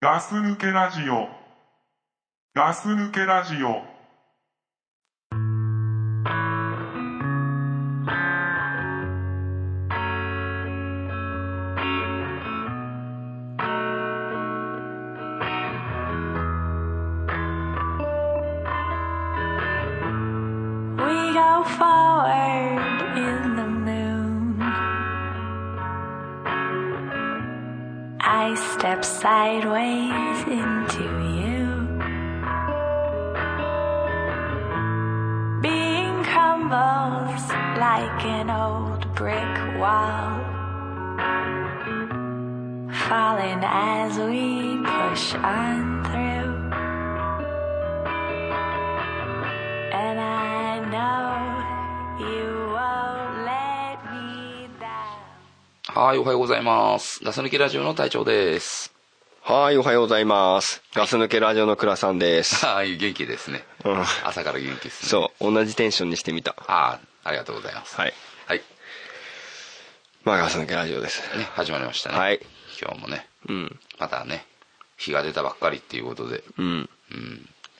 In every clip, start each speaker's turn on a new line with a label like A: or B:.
A: ガス抜けラジオ。ガス抜けラジオ。
B: We go forward in the moon. I step sideways into you. Being crumbles like an old brick wall. Falling as we push on through. And I know you won't let me down.
C: はい、おはようございます。ガス抜きラジオの隊長です。
D: はい、おはようございます。ガス抜けラジオの倉さ んです。
C: はい、元気ですね。
D: うん
C: 朝から元気ですね。う。
D: そう、同じテンションにしてみた。
C: ああ、ありがとうございます。
D: はい。
C: はい。
D: まあ、ガス抜けラジオです。
C: ね、始まりましたね。
D: はい。
C: 今日もね、
D: うん。
C: またね、日が出たばっかりっていうことで、
D: うん。
C: うん。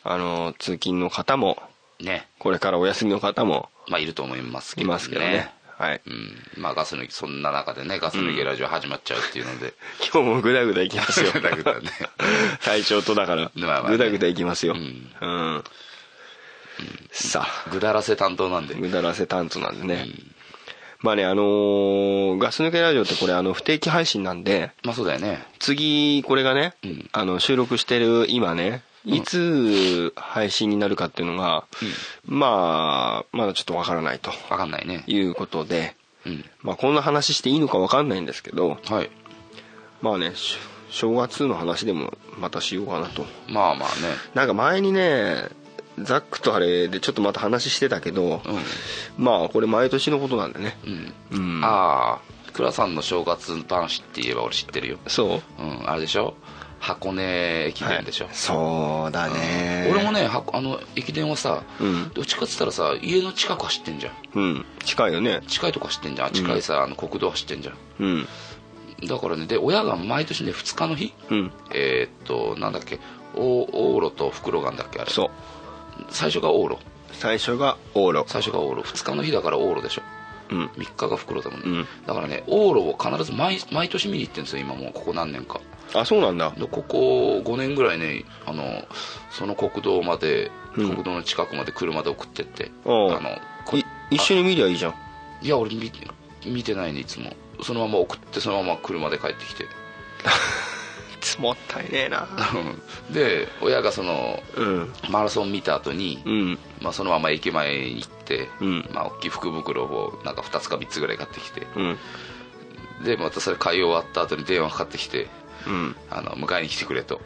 D: あの、通勤の方も、
C: ね、
D: これからお休みの方も
C: まあ、いると思いますけ
D: い
C: どね。
D: ますけどね。はい。
C: うん。まあ、ガス抜き、そんな中でね、ガス抜きラジオ始まっちゃうっていうので、
D: 今日もぐだぐだいきますよ。
C: ぐだぐだね
D: 体調とだから
C: まあまあ、ね
D: ぐだぐだいきますよ。
C: う
D: うんん。さあ、
C: ぐだらせ担当なんで。
D: ぐだらせ担当なんでね。まあね、あのーガス抜けラジオってこれ、あの、不定期配信なんで、
C: まあ、そうだよね。
D: 次これがね、
C: うん
D: あの収録してる今ねいつ配信になるかっていうのが、まあまだちょっとわからないと
C: わかんないね。
D: いうことで、
C: うん。
D: まあ、こんな話していいのかわかんないんですけど
C: はい。
D: まあねし正月の話でもまたしようかなと
C: まあまあね。
D: なんか前にねザックとあれでちょっとまた話してたけど、まあこれ毎年のことなんでね
C: うん。うん、ああ、倉さんの正月話って言えば俺知ってるよ。
D: そう
C: うん、あれでしょ箱根駅伝でしょ、
D: そうだね、
C: 俺もねはあの駅伝はさ、
D: うん
C: どっちかっつったらさ家の近く走ってんじゃん
D: うん近いよね
C: 近いとこ走ってんじゃんあ近いさ、あの国道走ってんじゃん
D: うん
C: だからねで親が毎年ね2日の日、
D: うん
C: えーっとなんだっけお往路と袋がんだっけあれ
D: そう
C: 最初が往路
D: 最初が往路
C: 最初が往路2日の日だから往路でしょ
D: うん
C: 3日が袋だもんね、
D: うん
C: だからね往路を必ず毎毎年見に行ってるんですよ今もうここ何年か
D: あそうなんだ
C: でここ5年ぐらいねあのその国道まで、
D: うん
C: 国道の近くまで車で送ってってあ
D: おう
C: のこ
D: い一緒に見りゃいいじゃん
C: いや俺見見てないねいつもそのまま送ってそのまま車で帰ってきて
D: もったいねえな
C: で親がその
D: うん
C: マラソン見た後に、
D: うん
C: まあ、そのまま駅前に行って、
D: うん
C: まあ、大きい福袋をなんか2つか3つぐらい買ってきて
D: うん
C: でまたそれ買い終わった後に電話かかってきて
D: うん
C: あの迎えに来てくれと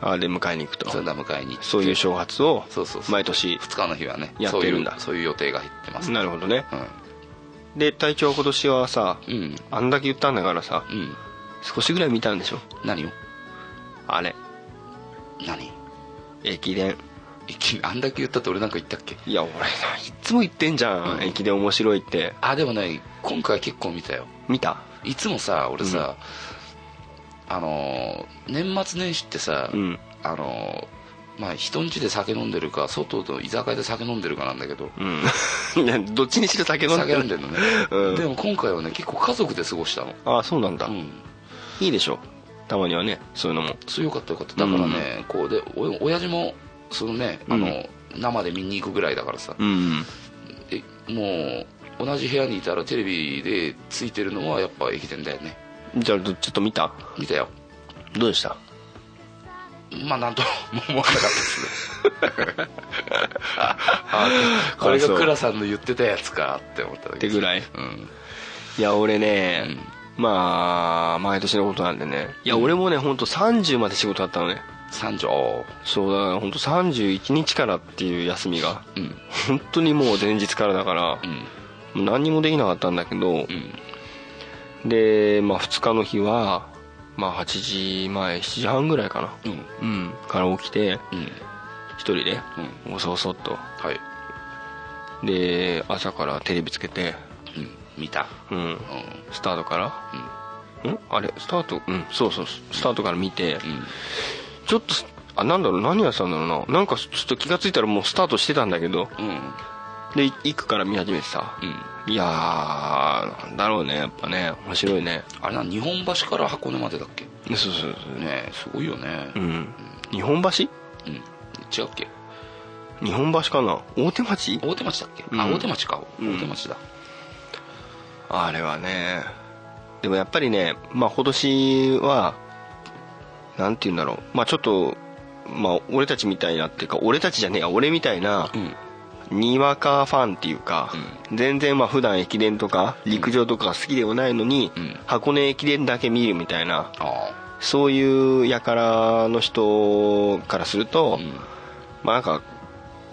D: あで迎えに行くと
C: それで迎えに行って
D: そういう正月を
C: そうそうそう
D: 毎年
C: 2日の日はね
D: やってるんだ
C: そういうそういう予定が入ってます
D: なるほどね
C: う
D: で隊長は今年はさ
C: んうん
D: あんだけ言ったんだからさ
C: うん
D: 少しぐらい見たんでしょ
C: 何を
D: あれ
C: 何
D: 駅伝
C: いきあんだけ言ったって俺なんか言ったっけ
D: いや俺ないつも言ってんじゃん、
C: うん
D: 駅伝面白いって
C: あでもね今回結構見たよ
D: 見た
C: いつもさ俺さ、あのー年末年始ってさ、
D: うん
C: あのーまあ人ん家で酒飲んでるか外の居酒屋で酒飲んでるかなんだけど、
D: うんいやどっちにしろ酒飲ん
C: 酒
D: で
C: 飲ん
D: る
C: でるのね、
D: うん
C: でも今回はね結構家族で過ごしたの
D: あそうなんだ、
C: うん
D: いいでしょたまにはねそういうのも
C: そうよかったよかっただからね、こうでお親父もそのねあの、生で見に行くぐらいだからさ、
D: うん
C: えもう同じ部屋にいたらテレビでついてるのはやっぱ駅伝だよね
D: じゃあどちょっと見た
C: 見たよ
D: どうでした
C: まあなんとも思わなかったですねああこれ
D: あそ
C: が
D: う
C: 倉さんの言ってたやつかって思っただ
D: っ
C: け
D: て
C: です
D: ぐらい
C: うん
D: いや俺ね、まあ毎年のことなんでねいや俺もね本当30まで仕事だったのね
C: 三条
D: そうだから本当31日からっていう休みが
C: うん
D: 本当にもう前日からだから
C: う、ん
D: もう何にもできなかったんだけど
C: う、ん
D: で、まあ、2日の日は、まあ、8時前7時半ぐらいかな
C: うん
D: うんから起きて
C: うん
D: 1人でおそおそっと
C: はい、
D: で朝からテレビつけて
C: うん、見た
D: うん
C: うん
D: スタートから、んあれスタートうんそうそうスタートから見て、
C: うん
D: ちょっとあなんだろう何やってたんだろうななんかちょっと気がついたらもうスタートしてたんだけど
C: うん
D: でい行くから見始めてた
C: うん
D: いやーなんだろうねやっぱね面白いね
C: あれな日本橋から箱根までだっけ
D: そうそうそう
C: ねえすごいよね
D: うん日本橋
C: うん、違うっけ
D: 日本橋かな大手町
C: 大手町だっけ、
D: うん
C: あ大手町か
D: うん
C: 大手町だ
D: あれはねでもやっぱりねまあ今年はなんて言うんだろうまあちょっとまあ俺たちみたいなっていうか俺たちじゃねえや俺みたいな
C: うん
D: にわかファンっていうか、全然まあ普段駅伝とか陸上とかが好きではないのに、
C: うん
D: 箱根駅伝だけ見るみたいな
C: あ
D: そういう輩の人からする
C: あ
D: と、
C: うん
D: まあなんか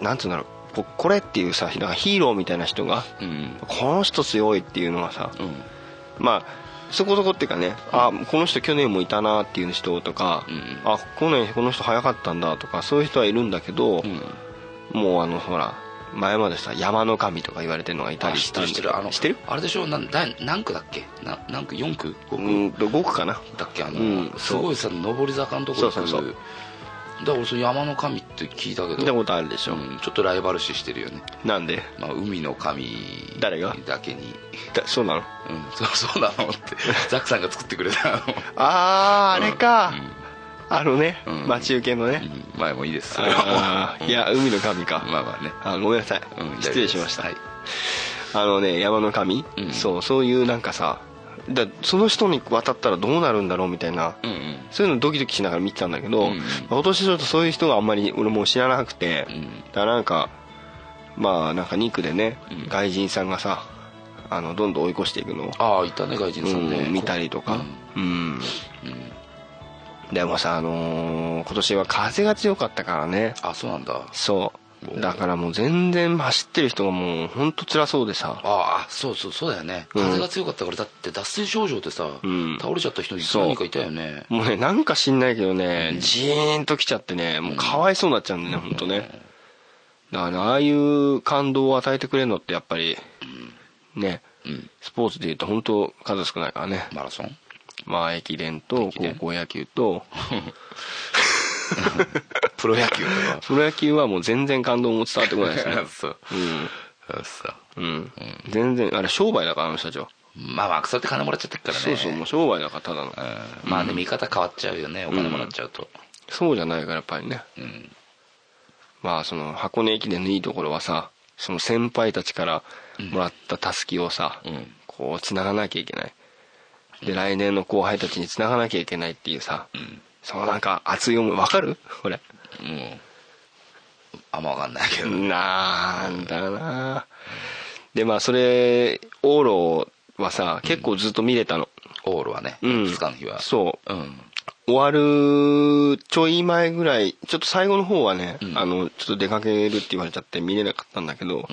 D: なんつうんだろうここれっていうさなんかヒーローみたいな人が
C: うん
D: この人強いっていうのがさ、
C: うん
D: まあそこそこっていうかね、あこの人去年もいたなっていう人とか、
C: うん
D: あ去年この人早かったんだとかそういう人はいるんだけど、
C: うん
D: もうあのほら前までさ山の神とか言われてるのがいたりしてるんだけど
C: あの
D: 知ってる
C: あれでしょなんだ何区だっけな何区4区
D: う
C: 5
D: ーんと5区かな
C: 区だっけあの、
D: うんそう
C: すごいさ上り坂のところ行く
D: そうそうそう
C: だから俺その山の神って聞いたけど
D: 見たことあるでしょ、
C: うん、ちょっとライバル視してるよね、
D: なんで
C: まあ、海の神
D: 誰が
C: だけに、
D: だそうなの
C: うん、 そうそうなのってザックさんが作ってくれたあの
D: あああれか、
C: うん
D: あのね、
C: うん
D: 待ち受けのね、
C: うん前もいいですそれは
D: あーいや海の神か、
C: まあまあね、
D: あごめんなさい、
C: うん
D: 失礼しました、
C: はい
D: あのね山の神、
C: うん
D: そうそういうなんかさだその人に渡ったらどうなるんだろうみたいな、
C: うんうん
D: そういうのドキドキしながら見てたんだけど、
C: うん
D: 今年ちょっとそういう人があんまり俺もう知らなくて、
C: うん
D: だからなんかまあなんか2区でね、
C: うん
D: 外人さんがさあのどんどん追い越していくのを、
C: ああいたね外人さんね、
D: うん見たりとかうん、
C: うんうん
D: でもさあのー今年は風が強かったからね
C: あそうなんだあ
D: そうだからもう全然走ってる人がもう本当辛そうでさ
C: あそうそうそうだよね
D: うん
C: 風が強かったからだって脱水症状でさ、
D: うん
C: 倒れちゃった人に
D: そう
C: 何人かいたよね
D: もうねなんか知んないけどね、ジーンときちゃってねもうかわいそうになっちゃうんだよね、ほんとねだからねああいう感動を与えてくれるのってやっぱり、ね
C: うん
D: スポーツでいうと本当数少ないからね
C: マラソン
D: まあ駅伝と
C: 駅伝
D: 高校野球と
C: プロ野球とか
D: プロ野球はもう全然感動も伝わってこないです ね
C: そうそう
D: うん、うん、全然あれ商売だからあの人たちは、
C: まあまあそうやって金もらっちゃってるからね
D: そうそうもう商売だからただ
C: う
D: の
C: んまあね見方変わっちゃうよねお金もらっちゃうと
D: そうじゃないからやっぱりね
C: うん
D: まあその箱根駅伝のいいところはさその先輩たちからもらったたすきをさ、
C: うん
D: こうつながなきゃいけないで来年の後輩たちにつながなきゃいけないっていうさ、
C: ん
D: そのなんか熱い思いわかるこれ
C: うんあんま分かんないけど
D: なんだよなでまあそれ往路はさ結構ずっと見れたの、
C: オールはね
D: うん
C: 2日の日は
D: そう
C: うん
D: 終わるちょい前ぐらいちょっと最後の方はね、
C: うん
D: あのちょっと出かけるって言われちゃって見れなかったんだけど、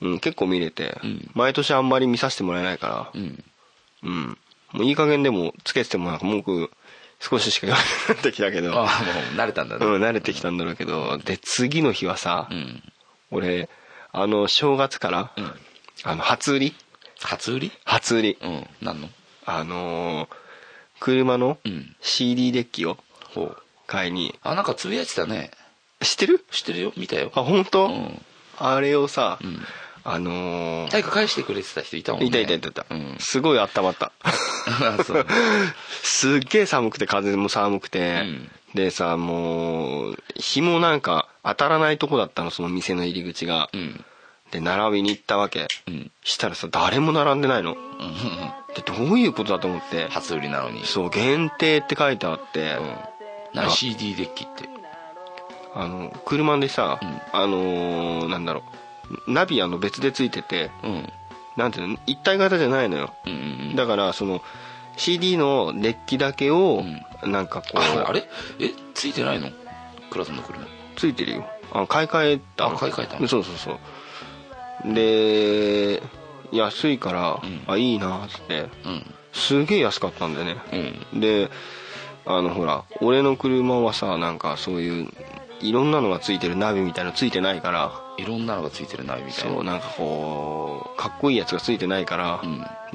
C: うん
D: うん、結構見れて、
C: うん
D: 毎年あんまり見させてもらえないか
C: うん
D: ら、うん、もういい加減でもつけててもなんか文句少ししか言われなくなってきたけど、
C: ああもう慣れたんだね
D: うん、慣れてきたんだろうけどで次の日はさ、
C: うん
D: 俺あの正月から、
C: うん
D: あの初売り
C: 初売り
D: 初売り、
C: うん何の
D: あのー車の
C: うん
D: CD デッキを
C: ほう
D: 買いに
C: あなんかつぶやいてたね
D: 知ってる
C: 知ってるよ見たよ
D: あ本当、
C: うん
D: あれをさ、
C: うん
D: あのー
C: 誰か返してくれてた人いたもんね
D: いたいたいたいた、
C: うん
D: すごい温まった
C: あそう
D: すっげえ寒くて風も寒くて、
C: うん
D: でさもう日もなんか当たらないとこだったのその店の入り口が、
C: うん
D: で並びに行ったわけ、
C: うん
D: したらさ誰も並んでないの
C: うんうん
D: でどういうことだと思って
C: 初売りなのに
D: そう限定って書いてあって、
C: うん何 CD デッキって
D: あの車でさ、
C: うん
D: あのーなんだろうナビあの別でついてて
C: うん
D: なんていうの一体型じゃないのよ
C: うんうんうん
D: だからその CD のデッキだけをなんかこう、
C: ああれえついてないのクラスの車
D: ついてるよあ買い替えた
C: あ買い替えたの
D: そうそうそうで安いから、
C: ん
D: あいいなっつって
C: うん
D: すげえ安かったんだよね、
C: うん
D: であのほら俺の車はさなんかそういういろんなのがついてるナビみたいなのついてないから
C: いろんなのがついてるなみたいな
D: そうなんかこうかっこいいやつがついてないから、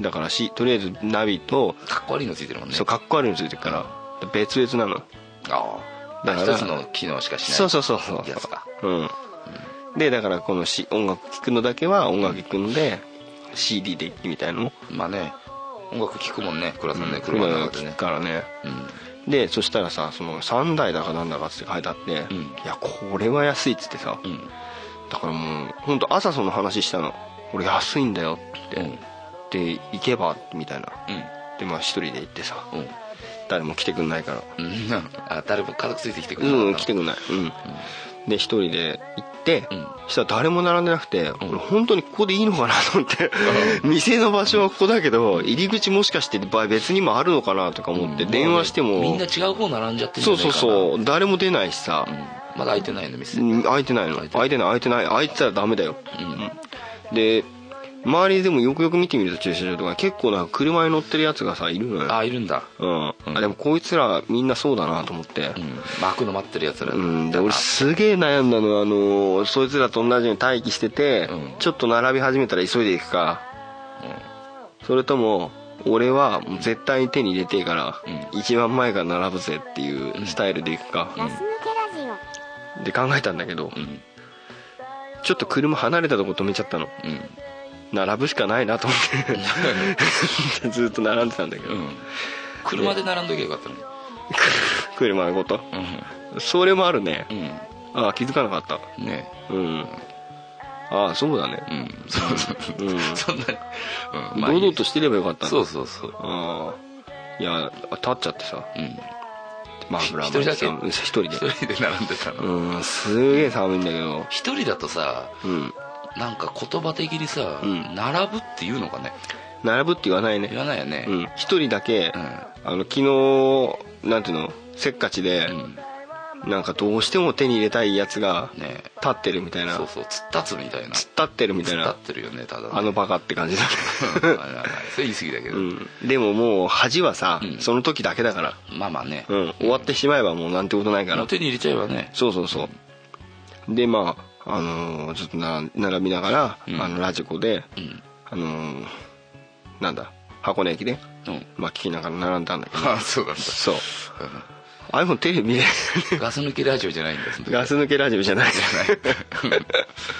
C: う
D: だからしとりあえずナビと
C: かっこ悪いのついてるもんね
D: そうかっこ悪いのついてるから別々なの
C: あ
D: だから
C: 一つの機能しかしない
D: そうそうそうそう
C: やつか
D: うんでだからこのし音楽聴くのだけは音楽聴くんで CD でみたいなの
C: まあね音楽聴くもんね倉さんね車
D: 車
C: の
D: が
C: 中で
D: 聴
C: ね
D: くからね
C: うん
D: でそしたらさその3台だかなんだかって書いてあって、
C: うん
D: いやこれは安いっつってさ、
C: うん
D: だからもう本当朝その話したの俺安いんだよって、
C: うん
D: で行けばみたいな
C: うん
D: でまあ一人で行ってさ、
C: うん
D: 誰も来てくんないから
C: うんなあ誰も家族ついてきてくれなか
D: う
C: った
D: ん来てくんないうん、で一人で行って、
C: うん
D: したら誰も並んでなくて、
C: ん
D: 俺本当にここでいいのかなと思って、 店の場所はここだけど入り口もしかして場合別にもあるのかなとか思って、
C: うん
D: 電話しても、
C: みんな違う方並んじゃってるんじ
D: そ
C: ゃ
D: う
C: ない
D: そう
C: かな
D: そう誰も出ないしさ、
C: うんまだ開いてないの店
D: うん開いてないの開いてない開いてない開いてたらダメだよ、うんで周りでもよくよく見てみると駐車場とか結構なんか車に乗ってるやつがさいるのよ
C: あいるんだ
D: うん、
C: うん
D: あでもこいつらみんなそうだなと思って
C: うん巻くの待ってるやつら
D: うん、で俺すげえ悩んだのはあのーそいつらと同じように待機してて、
C: うん
D: ちょっと並び始めたら急いでいくか、それとも俺はもう絶対に手に入れてえから、
C: う
D: 一番前から並ぶぜっていうスタイルでいくか、で考えたんだけど、
C: うん
D: ちょっと車離れたとこ止めちゃった
C: う
D: の並ぶしかないなと思 ってずっと並んでたんだけど、
C: んうん車で並んどきゃよかったのに
D: 車のことそれもあるね
C: う、ん
D: ああ気づかなかった
C: うんね
D: うんああそうだね
C: うんそうそうそう
D: うん
C: そんなうんまあ
D: 堂
C: い
D: 々
C: い
D: としてればよかったんだ
C: そうそうそう
D: ああいや立っちゃってさ
C: うん
D: マフラー
C: 一人だけ
D: うん一人で
C: 一人で並んでたの
D: うんすげえ寒いんだけど
C: 一人だとさ
D: うん
C: なんか言葉的にさ
D: うん
C: 並ぶっていうのかね
D: 並ぶって言わない
C: 言
D: ね
C: わないよね
D: うん一人だけ、
C: うん
D: あの昨日なんていうのせっかちで、
C: うん
D: なんかどうしても手に入れたいやつが
C: ね
D: 立ってるみたいな
C: そう
D: 突っ
C: そう突っ立つみたいな
D: 立ってるみたい
C: 立っ
D: な
C: てるよねただね
D: あのバカって感じだ
C: うんあれあれそれ言い過ぎだけど
D: うんでももう恥はさ、
C: ん
D: その時だけだから、
C: まあまあね
D: うん、終わってしまえばもうなんてことないか
C: も
D: ら
C: う手に入れちゃえばね
D: そうそうそうでまああのーずっとな並びながら、
C: うん
D: あのラジコで、
C: うん
D: あのーなんだ箱根駅で、
C: うん
D: まあ、聞きながら並んだんだけど
C: あそうなんだ
D: そう iPhone テレビ 見れ
C: ガス抜きラジオじゃないんだその時
D: ガス抜けラジオじゃないから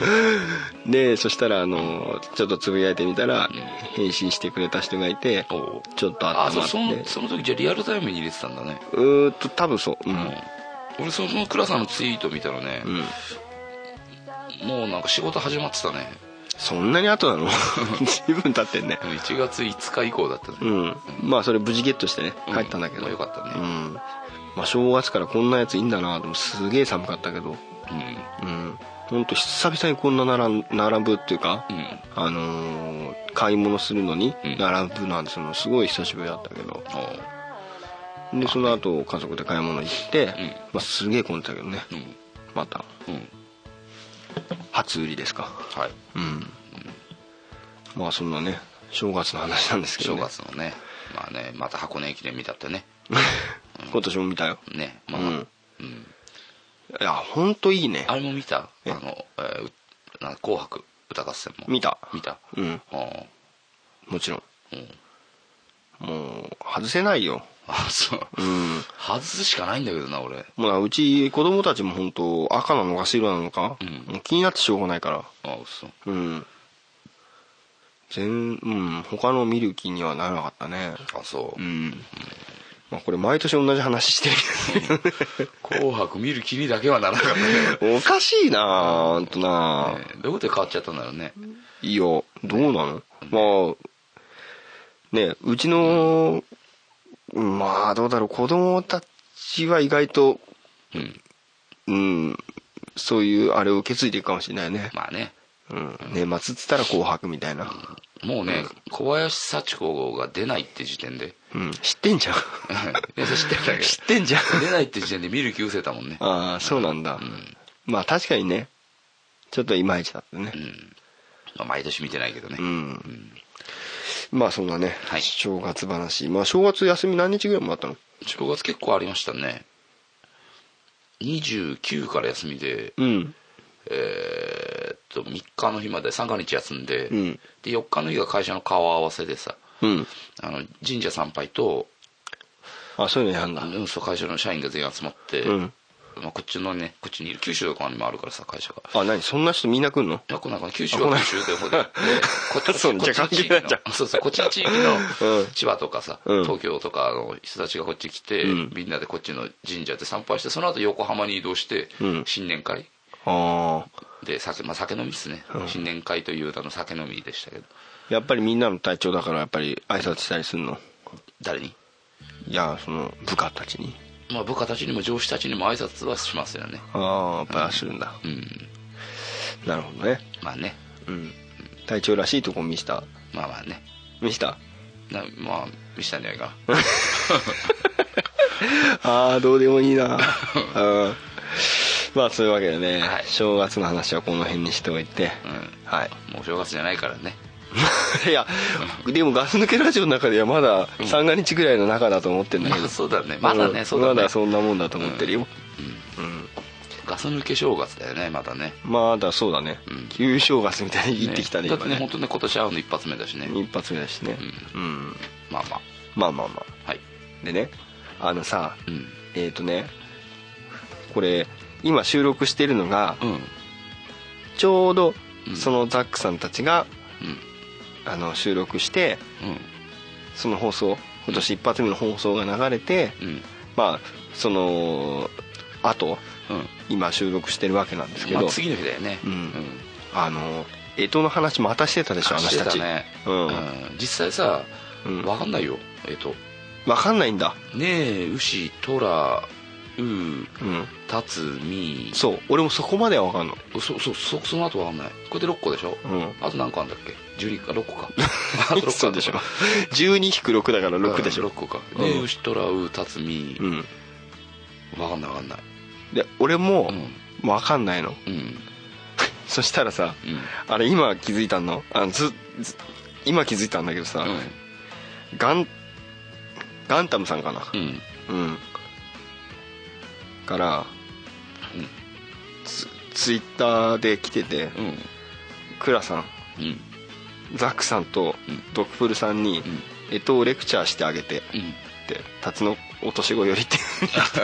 D: でそしたらあのーちょっとつぶやいてみたら、返信してくれた人がいて
C: おう
D: ちょっと
C: あ
D: あった
C: そ
D: ま
C: う
D: っ
C: そ
D: て
C: のその時じゃあリアルタイムに入れてたんだね
D: うーんと多分そううん、
C: 俺その倉さんのツイート見たらね
D: うん
C: もうなんか仕事始まってたね
D: そんなに後なの 随分経ってんね
C: うん1月5日以降だったね
D: うんまあそれ無事ゲットしてね
C: うん
D: 帰ったんだけど、
C: まあよかった
D: う
C: ね
D: んまあ、正月からこんなやついいんだなでもすげえ寒かったけどうん本当久々にこんな並ん並ぶっていうか、
C: うん
D: あのー買い物するのに
C: うん
D: 並ぶなんてのすごい久しぶりだったけど
C: おう
D: でその後家族で買い物行って、
C: ん
D: まあ、すげえ混んでたけどね
C: うん
D: また
C: うん
D: 初売りですか
C: はい
D: うんまあそんなね正月の話なんですけど、
C: 正
D: ね、
C: 月のねまあねまた箱根駅伝見たってね
D: 今年も見たよ
C: ねまあ
D: うん
C: うん
D: いや本当いいね
C: あれも見たあ
D: え
C: のえーうな紅白歌合戦も
D: 見た
C: 見た
D: うん
C: あー
D: もちろん
C: うん
D: もう外せないよ
C: あそう
D: うん
C: 外すしかないんだけどな俺
D: まあうち子供たちも本当赤なのか白なのか、
C: うん
D: もう気になってしょうがないから
C: あ嘘
D: うん全うん他の見る気にはならなかったね
C: あそう、
D: うん、まあ、これ毎年同じ話してるけ
C: 紅白見る気にだけはならなかった ね
D: どねおかしいなあほんとなあ
C: ねどういうことで変わっちゃったんだろうね
D: いやどうなのまあねうちのまあどうだろう子供たちは意外と
C: うん
D: うんそういうあれを受け継いでいくかもしれないね、
C: まあね
D: うん、年末っつったら「紅白」みたいな、
C: もうね、小林幸子が出ないって時点で
D: うん、知ってんじゃん
C: 皆さん知ってんだけど
D: 知ってんじゃん
C: 出ないって時点で見る気失せたもんね
D: ああそうなんだ、
C: ん
D: まあ確かにねちょっといまいちだったね
C: うん、まあ、毎年見てないけどね、
D: うん、まあそんなね、
C: はい
D: 正月話まあ正月休み何日ぐらいもらったの
C: 正月結構ありましたね29から休みで
D: うん
C: えーっと3日の日まで3日休んで、
D: うん
C: で4日の日が会社の顔合わせでさ
D: うん
C: あの神社参拝と
D: あそういうのやんだ
C: うんそう会社の社員が全員集まって、
D: うん
C: まあ、こっちのねこっちにいる九州とかにもあるからさ会社が
D: あ何そんな人みんな来んの
C: いやこんなんかね九州は九州でほ ででこっち
D: そう
C: こっちの地域
D: じゃあ関係ないじゃ
C: のそうそうこっちの地域
D: う
C: の
D: ん
C: 千葉とかさ、
D: うん
C: 東京とかの人たちがこっち来て、
D: うん
C: みんなでこっちの神社で参拝してその後横浜に移動して、
D: うん
C: 新年会
D: あ
C: で酒,、まあ、酒飲みですね、新年会という名の酒飲みでしたけど
D: あやっぱりみんなの体調だからやっぱり挨拶したりするの
C: 誰に
D: いやその部下たちに
C: まあ部下たちにも上司たちにも挨拶はしますよね
D: ああやっぱりはするんだ、
C: うん
D: なるほどね
C: まあね
D: うん体調らしいとこ見した
C: まあまあね
D: 見した
C: なまあ見せたんじゃない か
D: ああどうでもいい なうんまあそういうわけでね、
C: はい
D: 正月の話はこの辺にしておいて、
C: な、
D: はい
C: うん、もうお正月じゃないからね
D: いやでもガス抜けラジオの中ではまだ三が日ぐらいの中だと思ってんだけど、
C: まあそうだねまだね
D: ん
C: そうだね
D: まだそんなもんだと思ってるよ、
C: ガス抜け正月だよねまだね
D: まだそうだね、
C: うん
D: 旧正月みたいに行ってきたね
C: だってね
D: 今
C: 本当ね今年会うの一発目だしね
D: 一発目だしねうん、
C: まあま
D: まあまあま
C: あはい
D: あでねあのさ、
C: うん
D: えっ、とねこれ今収録してるのが
C: うんうん
D: ちょうど
C: うん
D: そのザックさんたちが、あの収録してその放送今年一発目の放送が流れて、
C: うんうん
D: まあそのあと
C: うん
D: 今収録してるわけなんですけ
C: ま
D: ど、
C: あ次の日だよね
D: うんあの江戸の話またしてたでしょあの
C: して
D: 人た
C: た
D: ち、
C: ね
D: うん
C: うん実際さ
D: うん
C: わかんないよえっと
D: わかんないんだ
C: ねえ牛トラウ
D: うん
C: タツミ
D: そう俺もそこまではわかんの
C: そそそその後わかんないこれで6個でしょ
D: うん
C: あと何個あんだっけ12か6個か あと六個あんのか
D: そうでしょ12-6だから6でし
C: うん
D: ょ
C: 6個か
D: うん
C: ねえ牛トラウタツミ
D: うん
C: わかんないわかんない
D: で俺も
C: うん
D: わかんないの
C: うん
D: そしたらさ
C: うん
D: あれ今気づいたのあのずず今気づいたんだけどさガンガンタムさんかな
C: うんうん
D: うんから
C: うん
D: ツツイッターで来てて
C: うん
D: クラさん
C: うん
D: ザックさんと
C: うん
D: ドクプルさんに
C: ん
D: えとをレクチャーしてあげてっ
C: うん
D: てタツノお年子よりって
C: あ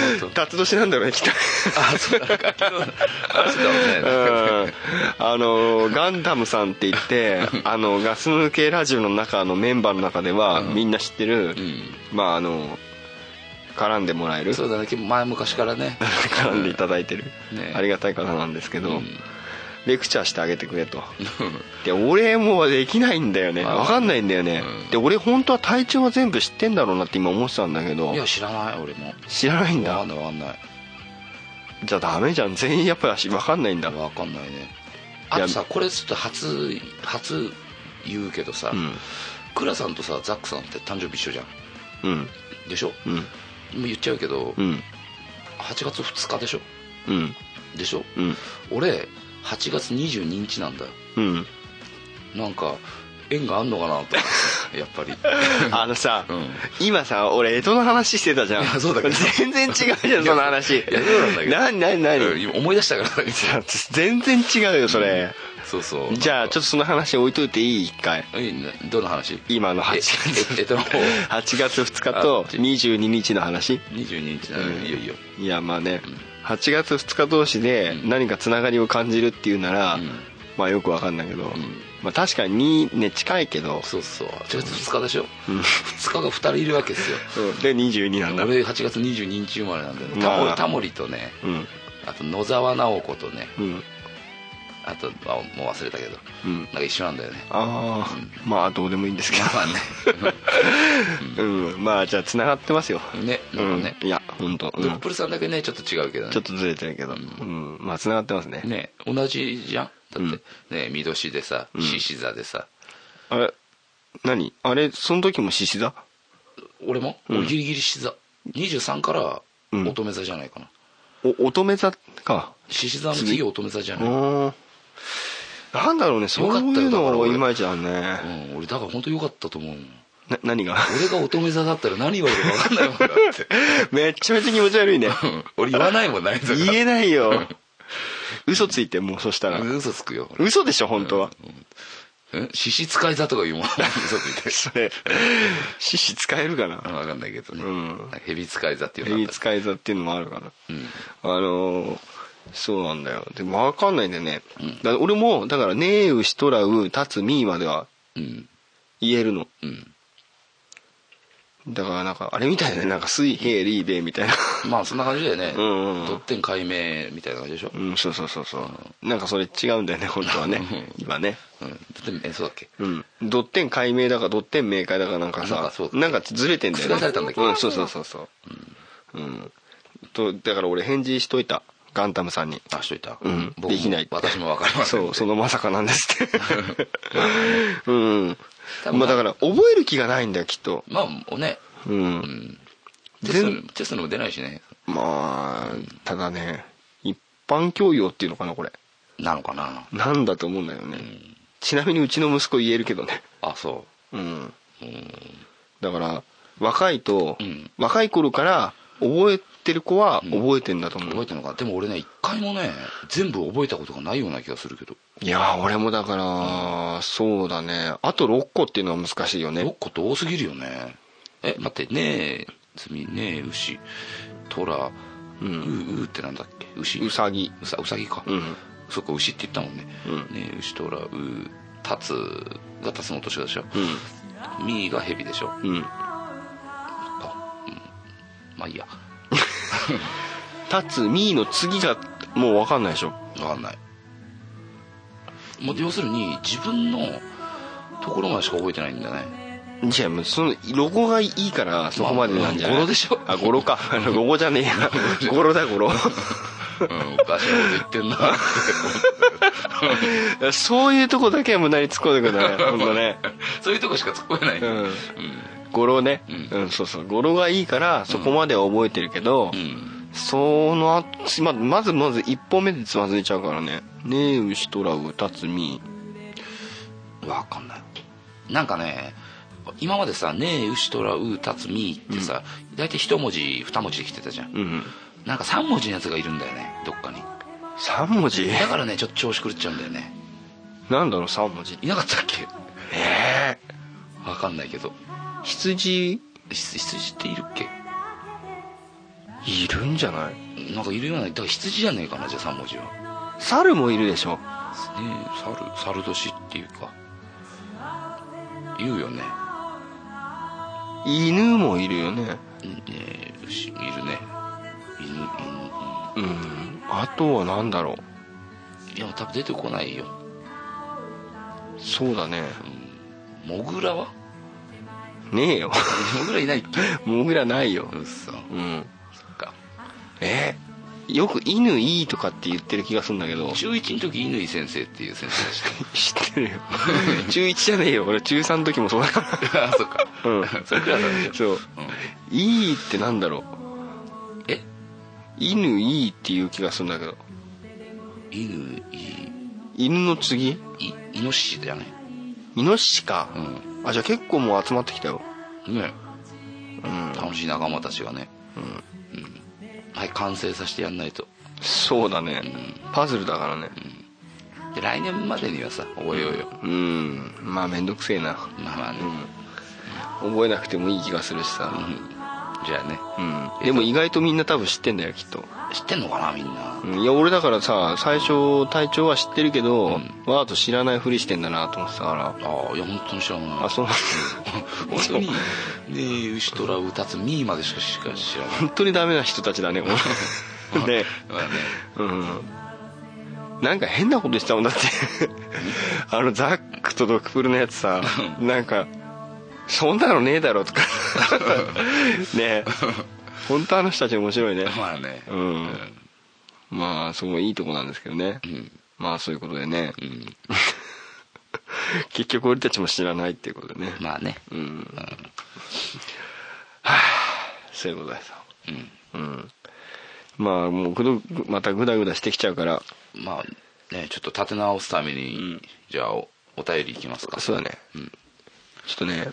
C: 本当
D: タツ年なんだろうねきっと
C: あそうだ昨日の話だもんね
D: うんあのガンダムさんって 言ってあのガス抜けラジオの中のメンバーの中では
C: うん
D: みんな知ってる、
C: う
D: まああの絡んでもらえる
C: んそうだね前昔からね
D: 絡んでいただいてる、
C: ね
D: ありがたい方なんですけど、
C: うん
D: レクチャーしてあげてくれとで俺もうできないんだよね
C: あ
D: 分かんないんだよね、
C: うん
D: で俺本当は体調は全部知ってんだろうなって今思ってたんだけど
C: いや知らない俺も
D: 知らないん
C: わか
D: だ
C: んないわかんない
D: じゃあダメじゃん全員やっぱり分かんないんだ
C: わかんないね
D: い
C: あ
D: や
C: とさこれちょっと初初言うけどさ、
D: うん
C: クラさんとさザックさんって誕生日一緒じゃん
D: うん
C: でしょ
D: うん
C: もう言っちゃうけど、
D: うん
C: 8月2日でしょ
D: うん
C: でしょ、
D: うん
C: 俺8月22日なんだよ
D: うん
C: なんか縁があんのかなと思ってやっぱり
D: あのさ、
C: うん
D: 今さ俺江戸の話してたじゃん
C: いやそうだけど
D: 全然違うじゃんその話い
C: やそうなんだけど
D: 何何何、
C: うん今思い出したから
D: 全然違うよそれ、
C: そうそう
D: じゃあちょっとその話置いといていい一回
C: といいねどの話
D: 今の8
C: え
D: 月
C: ええっと
D: 8月2日と
C: あ
D: 22日の話
C: 22日なのにいよいよ
D: いやまあね8月2日同士で何かつながりを感じるっていうなら、
C: うん
D: まあよくわかんないけど、
C: ん
D: まあ確かにね近いけど、
C: そうそう8月2日でしょ、2日が2人いるわけですよ
D: で22なんだ
C: 俺8月22日生まれなんだよね、
D: まあ
C: 俺タモリとね
D: うん
C: あと野沢直子とね
D: うん
C: あとあもう忘れたけど、
D: うん
C: なんか一緒なんだよね
D: ああまあどうでもいいんですけど
C: まあ ね
D: うん、まあじゃあつながってますよ、
C: ねなんかね、
D: うんいや本当、うん
C: ドップルさんだけねちょっと違うけどね
D: ちょっとずれてるけど、うんまあつながってますね
C: ね同じじゃんだって、
D: うん
C: ねみどしでさ獅子座でさ、
D: あれ何あれその時も獅子座
C: 俺も、俺ギリギリ獅子座23から
D: うん
C: 乙女座じゃないかな
D: お乙女座か
C: 獅子座の次乙女座じゃ
D: う
C: ない、うん
D: なんだろうねそういうのいまいちだね
C: ん、俺だから本当良かったと思うもん
D: な何が
C: 俺が乙女座だったら何言われるか分かんないもんだっ て
D: めっちゃめちゃ気持ち悪いね
C: 俺言わないもんないんだから
D: 言えないよ嘘ついてもうそしたら
C: 嘘つくよ俺
D: 嘘でしょ本当は、
C: ん獅子使いだとかいうもの嘘ついて
D: それ獅子使えるかな
C: 分かんないけどね、
D: うん
C: なんか蛇使い座っていう
D: ヘ
C: の
D: ビ
C: があった
D: 使い座っていうのもあるかな
C: うん
D: あのーそうなんだよでも分かんないんだよね、だから俺もだから「ねえうしとらうたつみ」までは
C: うん
D: 言えるの
C: うん
D: だからなんかあれみたいだねなんか「水平リーベ」みたいな
C: まあそんな感じだよね
D: うんうんうん
C: とってん解明みたいな感じでしょ、
D: うんそうそうそうそうなんかそれ違う んだよね本当はね今ね
C: うん、だってえそうだっけ
D: うんドッテン解明だかドッテン明解だかなんか
C: なんか
D: さ
C: そう
D: なんかずれてんだよね
C: 覆されたんだっけ
D: うんそうそうそうそううん、とだから俺返事しといたガンタムさんに
C: あしといた、
D: うん
C: 僕も
D: できないって
C: 私も分かりません
D: そうそのまさかなんで すってうん
C: 多分
D: まあだから覚える気がないんだよきっと
C: まあね
D: うん、
C: テスト
D: 全
C: にテストにも出ないしね
D: まあただね一般教養っていうのかなこれ
C: なのかな
D: なんだと思うんだよね、ちなみにうちの息子言えるけどね
C: あそ
D: うんだから若いと、
C: うん
D: 若い頃から覚えてる子は覚えてんだと
C: う
D: 思う、
C: 覚えてるのかでも俺ね一回もね全部覚えたことがないような気がするけど
D: いやー俺もだから、そうだねあと6個っていうのは難しいよね
C: 6個って多すぎるよねえ待ってねえ罪ねえ牛トラうううってなんだっけ牛
D: うさぎ
C: うさうさぎか、
D: うん
C: そっか牛って言ったもんね、
D: う
C: ねえ牛トラうタツがタツの年でしょ、ミーがヘビでしょ
D: うん
C: まあいいや
D: 「たつ」「み」の次がもう分かんないでしょ
C: 分かんないもう要するに自分のところまでしか覚えてないんだね
D: じゃあもうそのロゴがいいからそこまでなんじゃない、
C: まあ語呂でしょ
D: あ語呂かあのロゴじゃねえや語呂だ語呂
C: うんおかしいこと言ってんなって
D: そういうとこだけは無駄に突っ込んでく ださい本当ね
C: そういうとこしか突っ込めない、
D: う
C: うん
D: ん語呂ね、うんそうそう語呂がいいからそこまでは覚えてるけど、
C: うん
D: そのあままずまず一本目でつまずいちゃうからね「ねえ牛とらうたつみ
C: 分かんないなんかね今までさ「ねえ牛とらうたつみ」ってさ、大体一文字二文字で来てたじゃ」ん、
D: うん
C: なんか三文字のやつがいるんだよねどっかに
D: 3文字
C: だからねちょっと調子狂っちゃうんだよね
D: なんだろう3文字
C: いなかったっけ
D: ええ
C: 分かんないけど
D: 羊
C: ひ羊っているっけ
D: いるんじゃない
C: なんかいるようなだから羊じゃねえかなじゃあ3文字はね
D: 猿もいるでしょ
C: え猿猿年っていうか言うよね
D: 犬もいるよね
C: うんえー牛いるね犬犬
D: うんあとは何だろ
C: 犬いや多分出てこないよ
D: うそうだね
C: モグラは
D: ねえよ
C: モグラいないっけ
D: モグラないよ
C: うっそ
D: うん
C: そっか
D: えよく「犬いい」とかって言ってる気がするんだけど
C: 中1の時乾先生っていう先生でし
D: 知ってるよ 中1じゃねえよ俺中3の時もそうだか
C: た あそっか、
D: らうん
C: それくらいだね
D: そう「いい」ってなんだろう
C: え
D: 「犬いい」っていう気がするんだけど
C: 犬い
D: 犬の次
C: いイノシシじゃない
D: イノシシか、
C: う
D: あじゃあ結構もう集まってきたよ
C: ね
D: うん
C: 楽しい仲間たちがねうん、はい完成させてやんないと
D: そうだね、パズルだからね
C: で来年までにはさ覚えようよ、
D: うん、まあめんどくせえな
C: まあまあね、
D: 覚えなくてもいい気がするし
C: う
D: さ、
C: んじゃあね
D: うんでも意外とみんな多分知ってんだよきっと、
C: 知ってんのかなみんな、
D: うんいや俺だからさ最初隊長は知ってるけど、ワード知らないふりしてんだなと思ってたから
C: ああいや本当に知らない
D: あそう
C: 本当にねえウシトラウタツミーまでしかしか知らない
D: 本当にダメな人たちだね俺ね
C: まあね
D: うんなんか変なことしたもんだってあのザックとドクプルのやつさなんかそんなのねえだろとかねえ本当あの人たち面白いね
C: まあね
D: うん、まあそこもいいとこなんですけどね、
C: ん
D: まあそういうことでね、
C: ん
D: 結局俺たちも知らないっていうことでね、
C: まあね
D: うんはあそういうことです
C: うん
D: うんまあもうぐどまたグダグダしてきちゃうから
C: まあねちょっと立て直すために、じゃあおお便りいきますか
D: そうだね、ちょっとね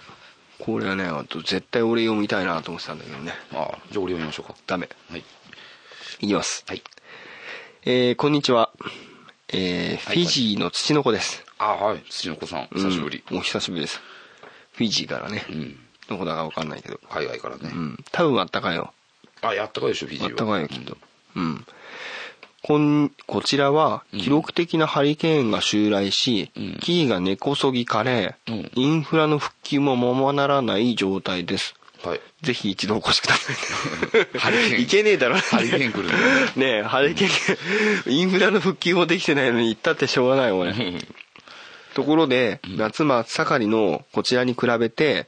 D: これはねあと絶対俺読みたいなと思ってたんだけどね
C: ああじゃあ俺読みましょうか
D: ダメ
C: はい
D: いきます
C: はい
D: えーこんにちは。えーフ
C: はい
D: ィジーの土の子です、
C: あはい土の子さん久しぶり
D: うんお久しぶりですフィジーからね、
C: うん
D: どこだか分かんないけど
C: 海外からね、
D: うん多分あったかいよ
C: あやったかいでしょフィジー
D: あ
C: は
D: ったかいよきっとうんこんこちらは記録的なハリケーンが襲来し、
C: うん
D: 木々が根こそぎ枯れ、
C: うん
D: インフラの復旧もままならない状態で
C: う
D: す
C: んはい
D: ぜひ一度お越しください
C: ハリケーン
D: いけねえだろ
C: ハリケーン来るんだよね
D: ねえハリケーンインフラの復旧もできてないのに行ったってしょうがない俺 ところで夏真っ盛りのこちらに比べて、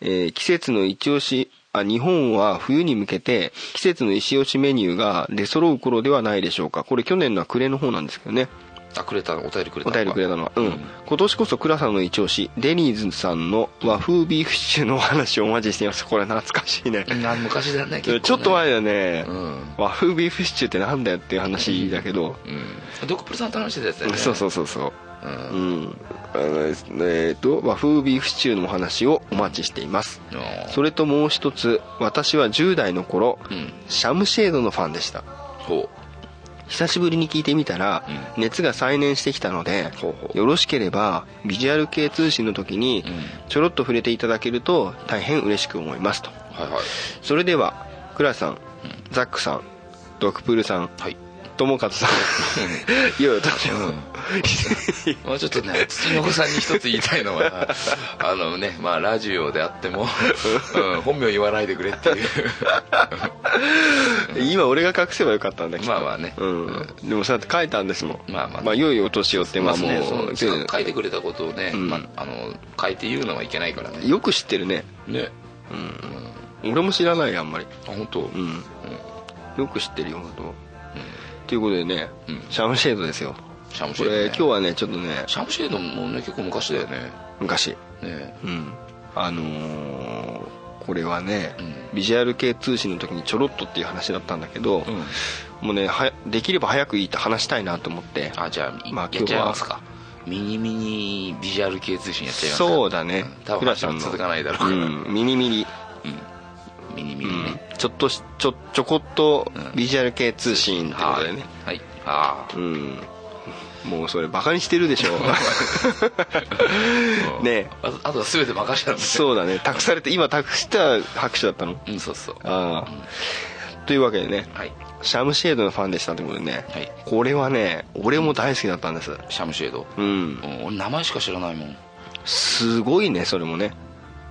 D: えー季節の一押しあ日本は冬に向けて季節の一押しメニューが出揃う頃ではないでしょうかこれ去年のは暮れの方なんですけどね
C: あくれたお便りくれた
D: お便りくれたのはうん、
C: うん
D: 今年こそ倉さんの一押しデニーズさんの和風ビーフシチューのお話をお待ちしていますこれ懐かしいね
C: な昔だね結構ね
D: ちょっと前だよね、
C: うん
D: 和風ビーフシチューってなんだよっていう話だけど、
C: うんドクプルさんと話してたやつだよね
D: そうそうそうそう
C: う
D: うんんあのえーと和風ビーフシチューのお話をお待ちしていますそれともう一つ私は10代の頃、
C: うん
D: シャムシェードのファンでした
C: ほ
D: 久しぶりに聞いてみたら、
C: う
D: 熱が再燃してきたので
C: ほうほう
D: よろしければビジュアル系通信の時に
C: うん
D: ちょろっと触れていただけると大変嬉しく思いますと
C: うはいはい
D: それではクラさん、ザックさんドクプルさん
C: はい
D: ともかつさん いよいよと
C: まあちょっとね土の子さんに一つ言いたいの はあのねまあラジオであっても、うん、本名言わないでくれっていう
D: 今俺が隠せばよかったんだけど
C: まあまあね
D: うん、でもそうやって書いたんですもん
C: まあまあ
D: まあ良いお年をってまあもう、
C: ねその
D: 全然
C: 書いてくれたことをね、
D: ん
C: まあ、あの書いて言うのはいけないからね
D: よく知ってるね
C: ね
D: 俺も知らないあんまり
C: あ本当、
D: うん、よく知ってるよ本当、ということでね、
C: うん
D: シャムシェードですよ
C: シャムシェ
D: こ
C: ード、
D: れ
C: ね、
D: 今日はねちょっとね
C: シャムシェードもね結構昔だよね
D: 昔
C: ね
D: うんあのーこれはね、
C: うん
D: ビジュアル系通信の時にちょろっとっていう話だったんだけど、もうねはできれば早くいいって話したいなと思って
C: あじゃあ、
D: まあ
C: やっちゃいますかミニミニビジュアル系通信やっちゃいますか
D: そうだね
C: ん多分話は続かないだろうから、
D: うん、ミニミニ、
C: ミニミニ
D: うん
C: ね、
D: ちょっとしちょちょこっと
C: うん
D: ビジュアル系通信ってこと
C: は
D: で
C: い
D: ね、
C: はいああ
D: うんもうそれバカにしてるでしょね
C: あとあとは全て任せたん
D: え
C: で
D: そうだね託されて今託した拍手だったの
C: うんそうそう
D: ああというわけでね
C: はい
D: シャムシェードのファンでしたってことでね、
C: はい
D: これはね俺も大好きだったんです
C: シャムシェード、う
D: う
C: んん、俺名前しか知らないもん
D: すごいねそれもね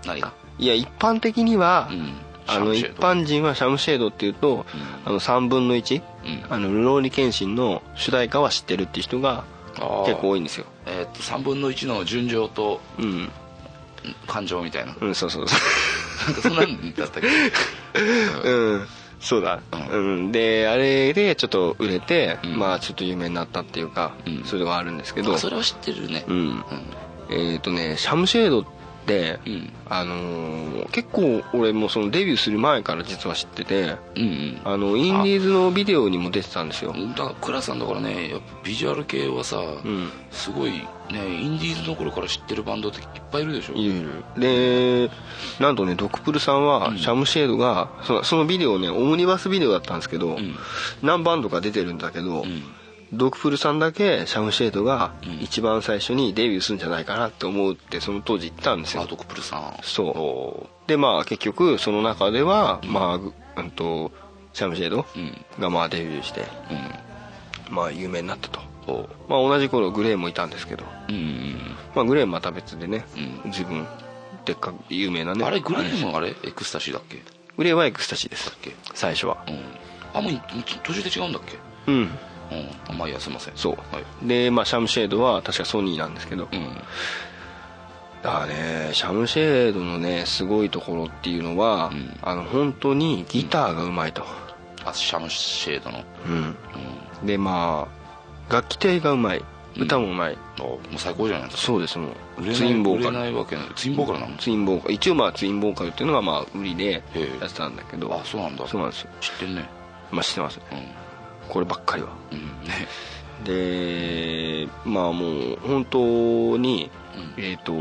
C: 何が
D: いや一般的には、
C: うん
D: あの
C: シャムシ
D: 一
C: ェード
D: 般人はシャムシェードっていうと、
C: うん
D: あの3分の1、
C: うん
D: あのルローニケンシンの主題歌は知ってるっていう人が
C: ああ
D: 結構多いんですよ
C: えーっと3分の1の順情と
D: うん、
C: 感情みたいな
D: うん、そうそうそ
C: なんかそんなんだ ったっけ
D: う うんそうだ、
C: う
D: うんであれでちょっと売れて、
C: うん
D: まあちょっと有名になったっていうか、
C: うん
D: それはあるんですけど
C: あそれは知ってるね
D: うん、えっ、とねシャムシェードって、
C: うんうん
D: あのー結構俺もそのデビューする前から実は知ってて
C: うん
D: あのインディーズのビデオにも出てたんですよ
C: うんだから倉さんだからねやっぱビジュアル系はさ、
D: ん
C: すごいねインディーズの頃から知ってるバンドっていっぱいいるでしょ
D: いるでなんとねドクプルさんはシャムシェードがそのそのビデオねオムニバスビデオだったんですけど、
C: ん
D: 何バンドか出てるんだけど、
C: ん
D: ドクプルさんだけシャムシェードが
C: うん
D: 一番最初にデビューするんじゃないかなって思うってその当時言ったんです
C: ア
D: よ
C: ートクプルさん
D: そうでまあ結局その中では、まあぐうんとシャムシェード
C: うん
D: がまあデビューして、
C: うん
D: まあ、有名になったと、
C: そ
D: まあ、同じ頃グレーもいたんですけど、
C: ううん
D: まあ、グレーもまた別でね、
C: う
D: 自分でっかく有名なね
C: あれグレーもあれエクスタシーだっけ
D: グレーはエクスタシーです
C: だっけ
D: 最初は
C: うんあもうち途中で違うんだっけ
D: うん
C: うんまあいいやすいません
D: そう、
C: はい
D: で、まあ、シャムシェードは確かソニーなんですけど、
C: う
D: だ
C: ん
D: からねシャムシェードのねすごいところっていうのは、
C: ん
D: あの本当にギターがうまいと、
C: あシャムシェードの
D: うん
C: うん
D: でまあ楽器体がうまい
C: うん
D: 歌もうまい、
C: あもう最高じゃないですか
D: そうですも
C: 売れ
D: う
C: ない
D: ツインボーカ
C: 売
D: ル
C: れないわけないツインボーカルなんです
D: ツインボーカル一応まあツインボーカルっていうのがまあ売りで
C: え
D: やってたんだけど
C: あそうなんだ
D: そうなんですよ
C: 知ってんね
D: まあ知ってます
C: う
D: こればっかりは
C: んうんね
D: でまあもう本当に
C: うん
D: えっ、と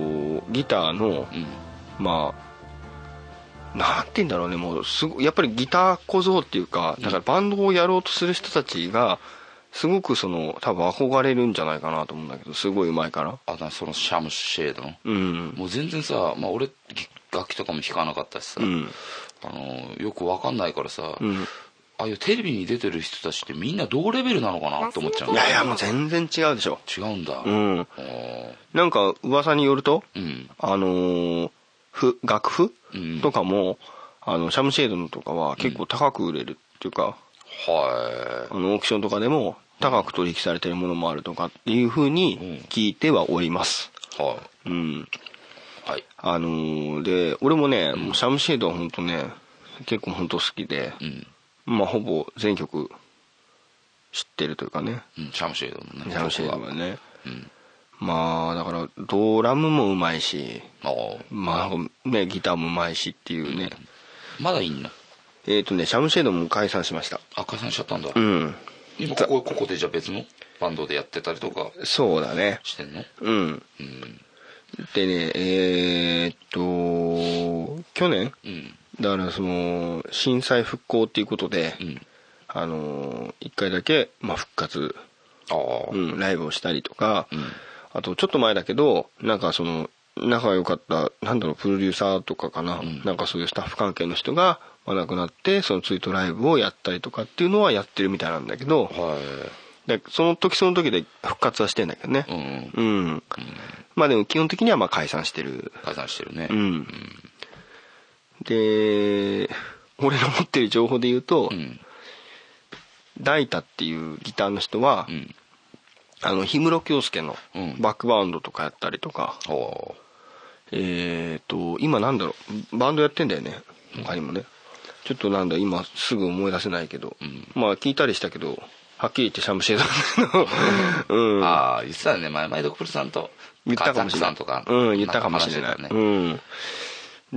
D: ギターの
C: うん
D: まあなんて言うんだろうねもうすごやっぱりギター小僧っていうかだからバンドをやろうとする人たちがすごくその多分憧れるんじゃないかなと思うんだけどすごいうまいから
C: あなそのシャムシェードの
D: うん
C: もう全然さ、まあ、俺楽器とかも弾かなかったしさ、
D: うん
C: あのよくわかんないからさ、
D: うん
C: ああいうテレビに出てる人たちってみんな同レベルなのかなって思っちゃう
D: いやいやもう全然違うでしょ
C: 違うんだ
D: うん
C: あー
D: なんか噂によると
C: うん
D: あのーふ楽譜
C: うん
D: とかもあのシャムシェードのとかは結構高く売れるっていうか、
C: は
D: あのオークションとかでも高く取引されてるものもあるとかっていうふうに聞いてはおります
C: いは
D: うん
C: いはい
D: あのーで俺もね、もうシャムシェードは本当ね結構本当好きで、
C: うん、
D: まあほぼ全曲知ってるというかね
C: うん、シャムシェードもね
D: シャムシェード
C: 僕
D: は
C: は
D: ね
C: うん
D: まあだからドラムもうまいし
C: あー
D: まあねギターもうまいしっていうね、
C: まだいんの
D: えっ、とねシャムシェードも解散しました
C: あ解散しちゃったんだ、
D: うん
C: 今ここここでじゃあ別のバンドでやってたりとか
D: そうだね
C: してんの
D: うん
C: うん
D: でねえーっと去年
C: うん
D: だからその震災復興っていうことで、
C: うん
D: あの1回だけ、まあ、復活、
C: ああ
D: うん、ライブをしたりとか、
C: うん
D: あとちょっと前だけどなんかその仲良かったなんだろうプロデューサーとかかな、
C: ん
D: なんかそういうスタッフ関係の人が、まあ、亡くなってそのツイートライブをやったりとかっていうのはやってるみたいなんだけど
C: は
D: でその時その時で復活はしてんだけどね
C: いうん
D: うん、まあでも基本的にはまあ解散してる
C: 解散してるね
D: うんで俺の持ってる情報で言うと、
C: うん
D: ダイタっていうギターの人は、
C: うん
D: あの氷室京介の
C: うん
D: バックバウンドとかやったりとか、
C: は
D: えっ、と今なんだろうバンドやってんだよね他にもねちょっとなんだ今すぐ思い出せないけど、
C: ん
D: まあ聞いたりしたけどはっきり言ってシャムシェードの、うん、
C: ああ言ってたね前前ドクプルさんと
D: 言ったかもしれな
C: ガッ
D: い
C: ツさんとか
D: うん言ったかもしれない
C: んか話してた
D: う
C: ね
D: ん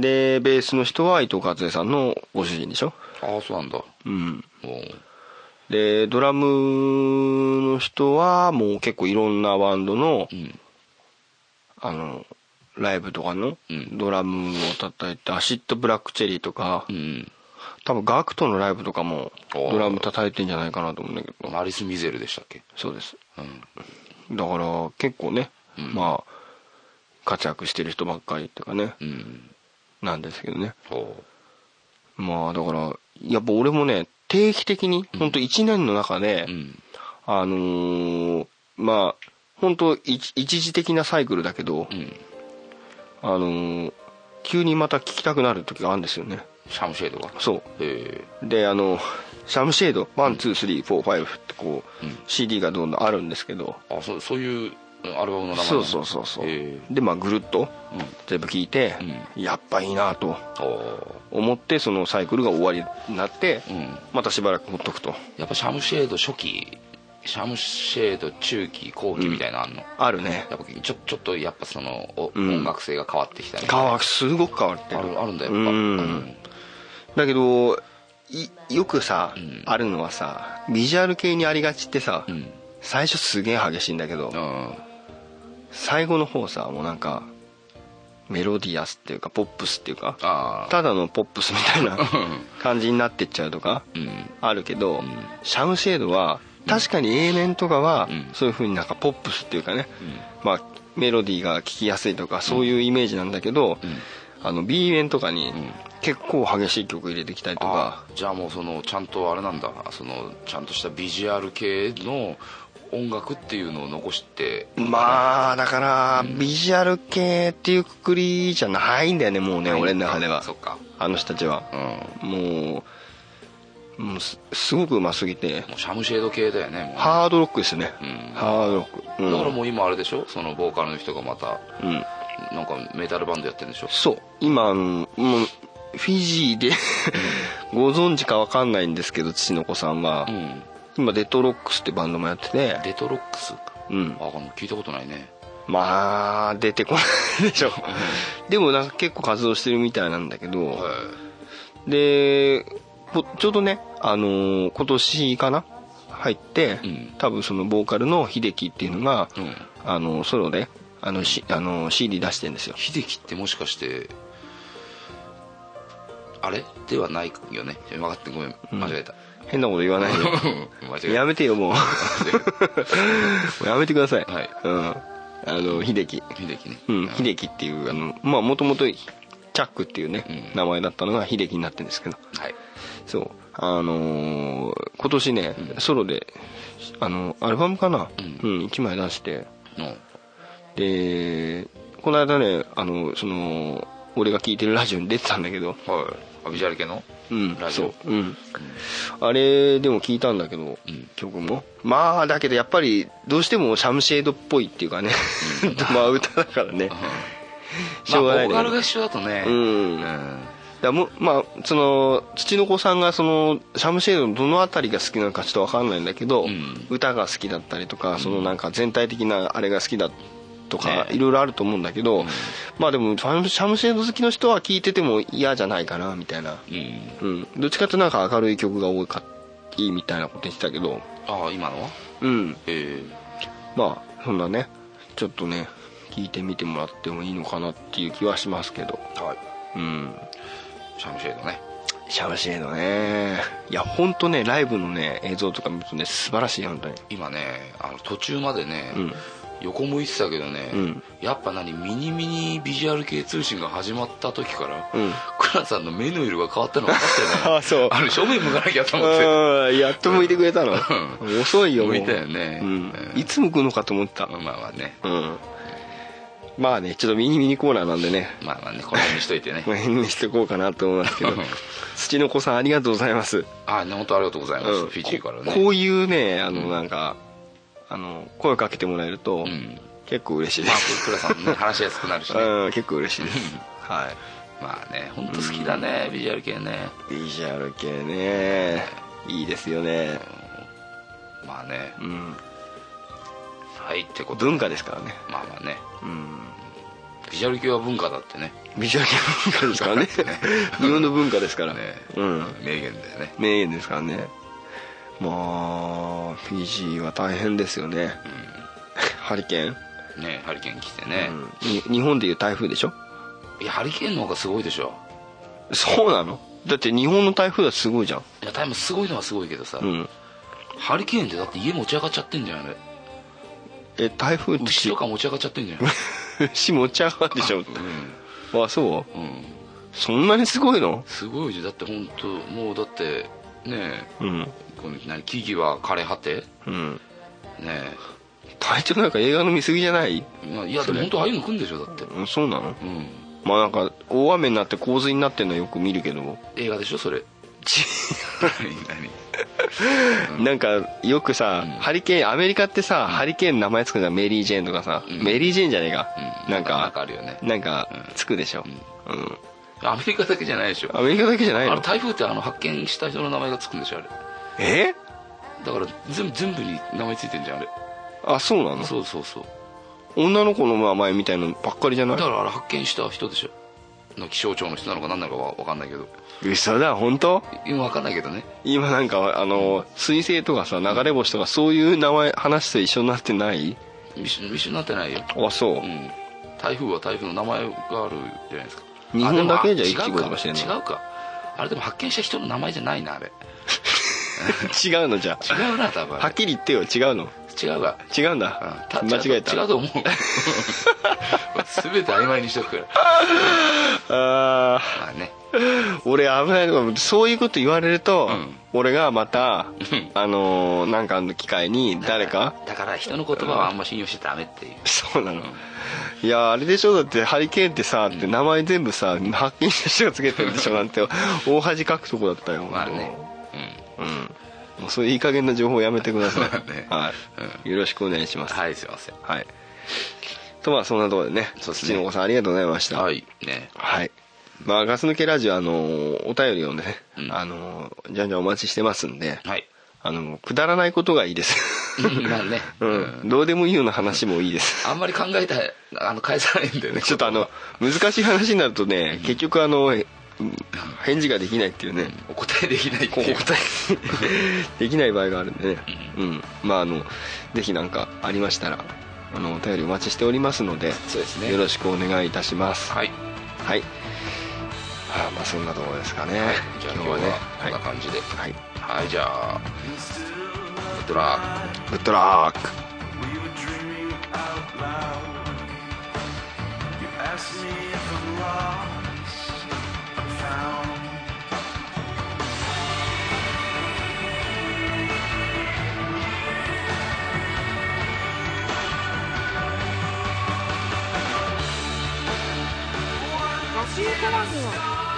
D: でベースの人は伊藤和恵さんのご主人でしょ
C: ああそうなんだ
D: うん
C: も
D: でドラムの人はもう結構いろんなバンドの、
C: ううん
D: あのライブとかの
C: うん
D: ドラムを叩いて、アシッドブラックチェリーとか、
C: うん
D: 多分ガクトのライブとかも
C: おー
D: ドラム叩いてんじゃないかなと思うんだけど
C: マリス・ミゼルでしたっけ
D: そうです
C: うん
D: だから結構ね、
C: うん
D: まあ活躍してる人ばっかりっていうかね、
C: うん
D: なんですけどね
C: ほ
D: まあだからやっぱ俺もね定期的に本当1年の中で、
C: ううん
D: あのーまあ本当一一時的なサイクルだけど、
C: うん
D: あのー急にまた聴きたくなる時があるんですよね
C: シャムシェードが
D: そう
C: へ
D: であのシャムシェード1234ってこう、
C: うん
D: CD がどんどんあるんですけど、
C: えあそうそういうアルバムの名前
D: そうそうそうそう、
C: へ
D: でまあぐるっと全部聞いて、
C: う
D: やっぱいいなと
C: えお
D: 思ってそのサイクルが終わりになって、
C: うん
D: またしばらくほっとくと
C: やっぱシャムシェード初期シャムシェード中期後期みたいなのあんの、
D: あるね
C: やっぱちょちょっとやっぱその、お
D: うん
C: 音楽性が変わってきたね
D: 変わすごく変わって
C: あ
D: る
C: るあるんだよ
D: う
C: やっぱうんん
D: だけどいよくさ、
C: ん
D: あるのはさビジュアル系にありがちってさ、
C: うん
D: 最初すげえ激しいんだけど、
C: うん
D: 最後の方さもうなんかメロディアスっていうかポップスっていうか
C: ああ
D: ただのポップスみたいな感じになってっちゃうとか
C: うん
D: あるけど、
C: ん
D: シャムシェードは確かに A 面とかは
C: うん
D: そういう風になんかポップスっていうかね、まあ、メロディーが聴きやすいとかそういうイメージなんだけど、あの B 面とかに
C: ん
D: 結構激しい曲入れてきたりと
C: あ
D: か、
C: じゃあもうそのちゃんとあれなんだそのちゃんとしたビジュアル系の音楽っていうのを残して
D: まあだからビジュアル系っていうくくりじゃないんだよねもうね俺の中では
C: そっか
D: あの人たちは。
C: うん
D: もうもうすすごくうますぎて
C: もうシャムシェード系だよねもう
D: ハードロックですね、
C: うん
D: ハードロック、うん
C: だからもう今あれでしょそのボーカルの人がまた
D: うん
C: なんかメタルバンドやってるんでしょ
D: そう今あのもうフィジーでご存知かわかんないんですけど父の子さんは、
C: うん
D: 今デトロックスってバンドもやってて
C: デトロックス
D: うん
C: あの聞いたことないね
D: まあ出てこないでしょでもなんか結構活動してるみたいなんだけど、
C: は
D: でこちょうどね、あのー今年かな入って、
C: うん
D: 多分そのボーカルの秀樹っていうのが、
C: い、うん、
D: あのソロであの、しあの CD 出してんですよ
C: 秀樹ってもしかして あれではないよね分かってごめん間違えた、
D: 変なこと言わないで
C: 間違え
D: や
C: た
D: めて よもうもうやめてください、
C: はい
D: うんあの秀樹
C: 秀樹ね
D: うん、秀樹っていうあのまあもともとチャックっていうね、
C: うん
D: 名前だったのが秀樹になってるんですけど
C: はい
D: そうあのー今年ね、ソロであのアルバムかな、う
C: うん
D: 1枚出して
C: の
D: でこの間ねあのその俺が聞いてるラジオに出てたんだけど
C: はいアビジュアル系の
D: うん
C: ラジオ
D: そう、うん、あれでも聞いたんだけど、
C: うん
D: 曲もまあだけどやっぱりどうしてもシャムシェードっぽいっていうかね、 まあ歌だからね、 しょう
C: ま
D: がな
C: あ
D: い
C: ボー
D: ね
C: カルが一緒だとね
D: うんだもうまあその土の子さんがそのシャムシェードのどの辺りが好きなのかちょっと分かんないんだけど、
C: ん
D: 歌が好きだったりとかそのなんか全体的なあれが好きだとか、
C: ね
D: いろいろあると思うんだけど、
C: ん
D: まあでもシャムシェード好きの人は聴いてても嫌じゃないかなみたいな、
C: うん
D: うん、どっちかっていうとなんか明るい曲が多かいいみたいなこと言ってたけど
C: ああ今のは
D: うん
C: え
D: まあそんなねちょっとね聴いてみてもらってもいいのかなっていう気はしますけど
C: えはい
D: うん
C: シャムシェードね
D: シャムシェードねいや本当ねライブのね映像とか見るとね素晴らしい本当に
C: 今ねあの途中までね、
D: うん
C: 横向いてたけどね、
D: うん
C: やっぱ何ミニミニビジュアル系通信が始まった時から、
D: うん
C: クラさんの目の色が変わったの分かったよね
D: あそう
C: あれ正面向かなきゃと思って
D: うんやっと向いてくれたの遅いよもう
C: 向いたよね
D: うん
C: うん
D: いつ向くのかと思った
C: まあまあね
D: うんまあねちょっとミニミニコーナーなんでね
C: まあまあねこの辺にしといてね
D: この辺にしておこうかなと思います けど
C: うん
D: 土の子さんありがとうございます
C: あね本当ありがとうございます、
D: うん
C: フィジーから
D: こ
C: ね
D: こういうねあのなんかあの声かけてもらえると
C: うん
D: 結構嬉しいで
C: まあ
D: す
C: クラさん ね話しやすくなるしね、
D: うん結構嬉しいですはい
C: まあね本当好きだね、ビジュアル系ね
D: ビジュアル系ねいいですよね
C: まあね
D: うん
C: はいってこと
D: 文化ですからね
C: まあまあね
D: うん
C: ビジュアル系は文化だってね
D: ビジュアル系文化ですからね日本の文化ですから
C: ね
D: うん
C: 名言だよね
D: 名言ですからねまあフィジーは大変ですよねハリケーン
C: ねハリケーン来てね、
D: うんに日本でいう台風でしょ
C: いやハリケーンの方がすごいでしょ
D: そうなのだって日本の台風だってすごいじゃん
C: いやタイムすごいのはすごいけどさ、
D: うん
C: ハリケーンってだって家持ち上がっちゃってんじゃんあれ
D: え台風って
C: 牛とか持ち上がっちゃってんじゃん
D: 牛持ち上がる でしょ
C: う
D: あそう
C: うん、うん、
D: そんなにすごいの
C: すごいじゃんだって本当もうだってね
D: うん
C: えこの何木々は枯れ果て
D: うん
C: ね
D: 体調なんか映画の見過ぎじゃない
C: えまあいやでも本当ああいうの来んでしょだって
D: うんそうなの
C: うん
D: まあなんか大雨になって洪水になってるのはよく見るけども
C: 映画でしょそれ 何
D: なんかよくさ、
C: うん
D: ハリケーンアメリカってさ、ハリケーンの名前つくじゃんメリー・ジェーンとかさ、
C: うん
D: メリー・ジェーンじゃねえか、
C: うん
D: な
C: な
D: ん
C: んか
D: か
C: あるよね
D: なんかつくでしょ、うん
C: アメリカだけじゃないでしょ
D: アメリカだけじゃない
C: あ
D: の
C: れ台風ってあの発見した人の名前がつくんでしょあれ
D: え
C: だから全部全部に名前ついてんじゃんあれ
D: あそうなの
C: そうそうそう
D: 女の子の名前みたいのばっかりじゃな
C: だ
D: い
C: からあれ発見した人でしょの気象庁の人なのか何なのかは分かんないけど
D: 嘘だ本当
C: 今分かんないけどね
D: 今なんかあの彗星とかさ流れ星とかそういう名前話と一緒になってない
C: 一緒一緒になってないよ
D: あそう、
C: うん台風は台風の名前があるじゃないですか
D: 日本だけじ
C: あ
D: ゃ
C: で
D: 一
C: も
D: 季語とかしてんの
C: 違うか違うかあれでも発見した人の名前じゃないなあれ
D: 違うのじゃあ
C: 違うな多分
D: はっきり言ってよ違うの
C: 違うわ
D: 違うん
C: う
D: だ
C: んた
D: 間違えた
C: 違うと思う全て曖昧にしとくから
D: あ
C: まあね
D: ー俺危ないのかそういうこと言われると、
C: うん
D: 俺がまた
C: うん
D: あのーなんかの機会に誰か
C: だから人の言葉はあんま信用しちゃダメっていう
D: そうなのいやあれでしょだってハリケーンってさって名前全部さ発見した人がつけてるでしょな んて大恥かくとこだったよ
C: まあね
D: うんもうそういういい加減な情報やめてください、
C: ま あね
D: はい、よろしくお願いしますはい、
C: はいすいません
D: とまあそんなところでね
C: そうですね
D: 土の子さんありがとうございました
C: はいね
D: はい。まあ、ガス抜けラジオ、あのーお便りをね、
C: うん
D: あのーじゃんじゃんお待ちしてますんで、
C: はい
D: あの、くだらないことがいいです。
C: まあね
D: うん。どうでもいいような話もいいです。
C: あんまり考えたあの返さないんだよね
D: ちょっとあの、難しい話になるとね、結局あの、え返事ができないっていうね、
C: お答えできないって
D: こう
C: いう
D: 答えできない場合があるんでね、うん。まあ、あの、ぜひなんかありましたら、あの、お便りお待ちしておりますので、
C: そうですね
D: よろしくお願いいたします。
C: はい
D: はい。はあ、まあそんなところですかね。
C: じゃあ今日はこんな
D: は
C: 感じで
D: い。はい。
C: はいじゃあグッドラック
D: グッドラック
E: We were dreaming out loud. You asked me if I'm lost. I'm found.
F: 「ガス抜けラジオ」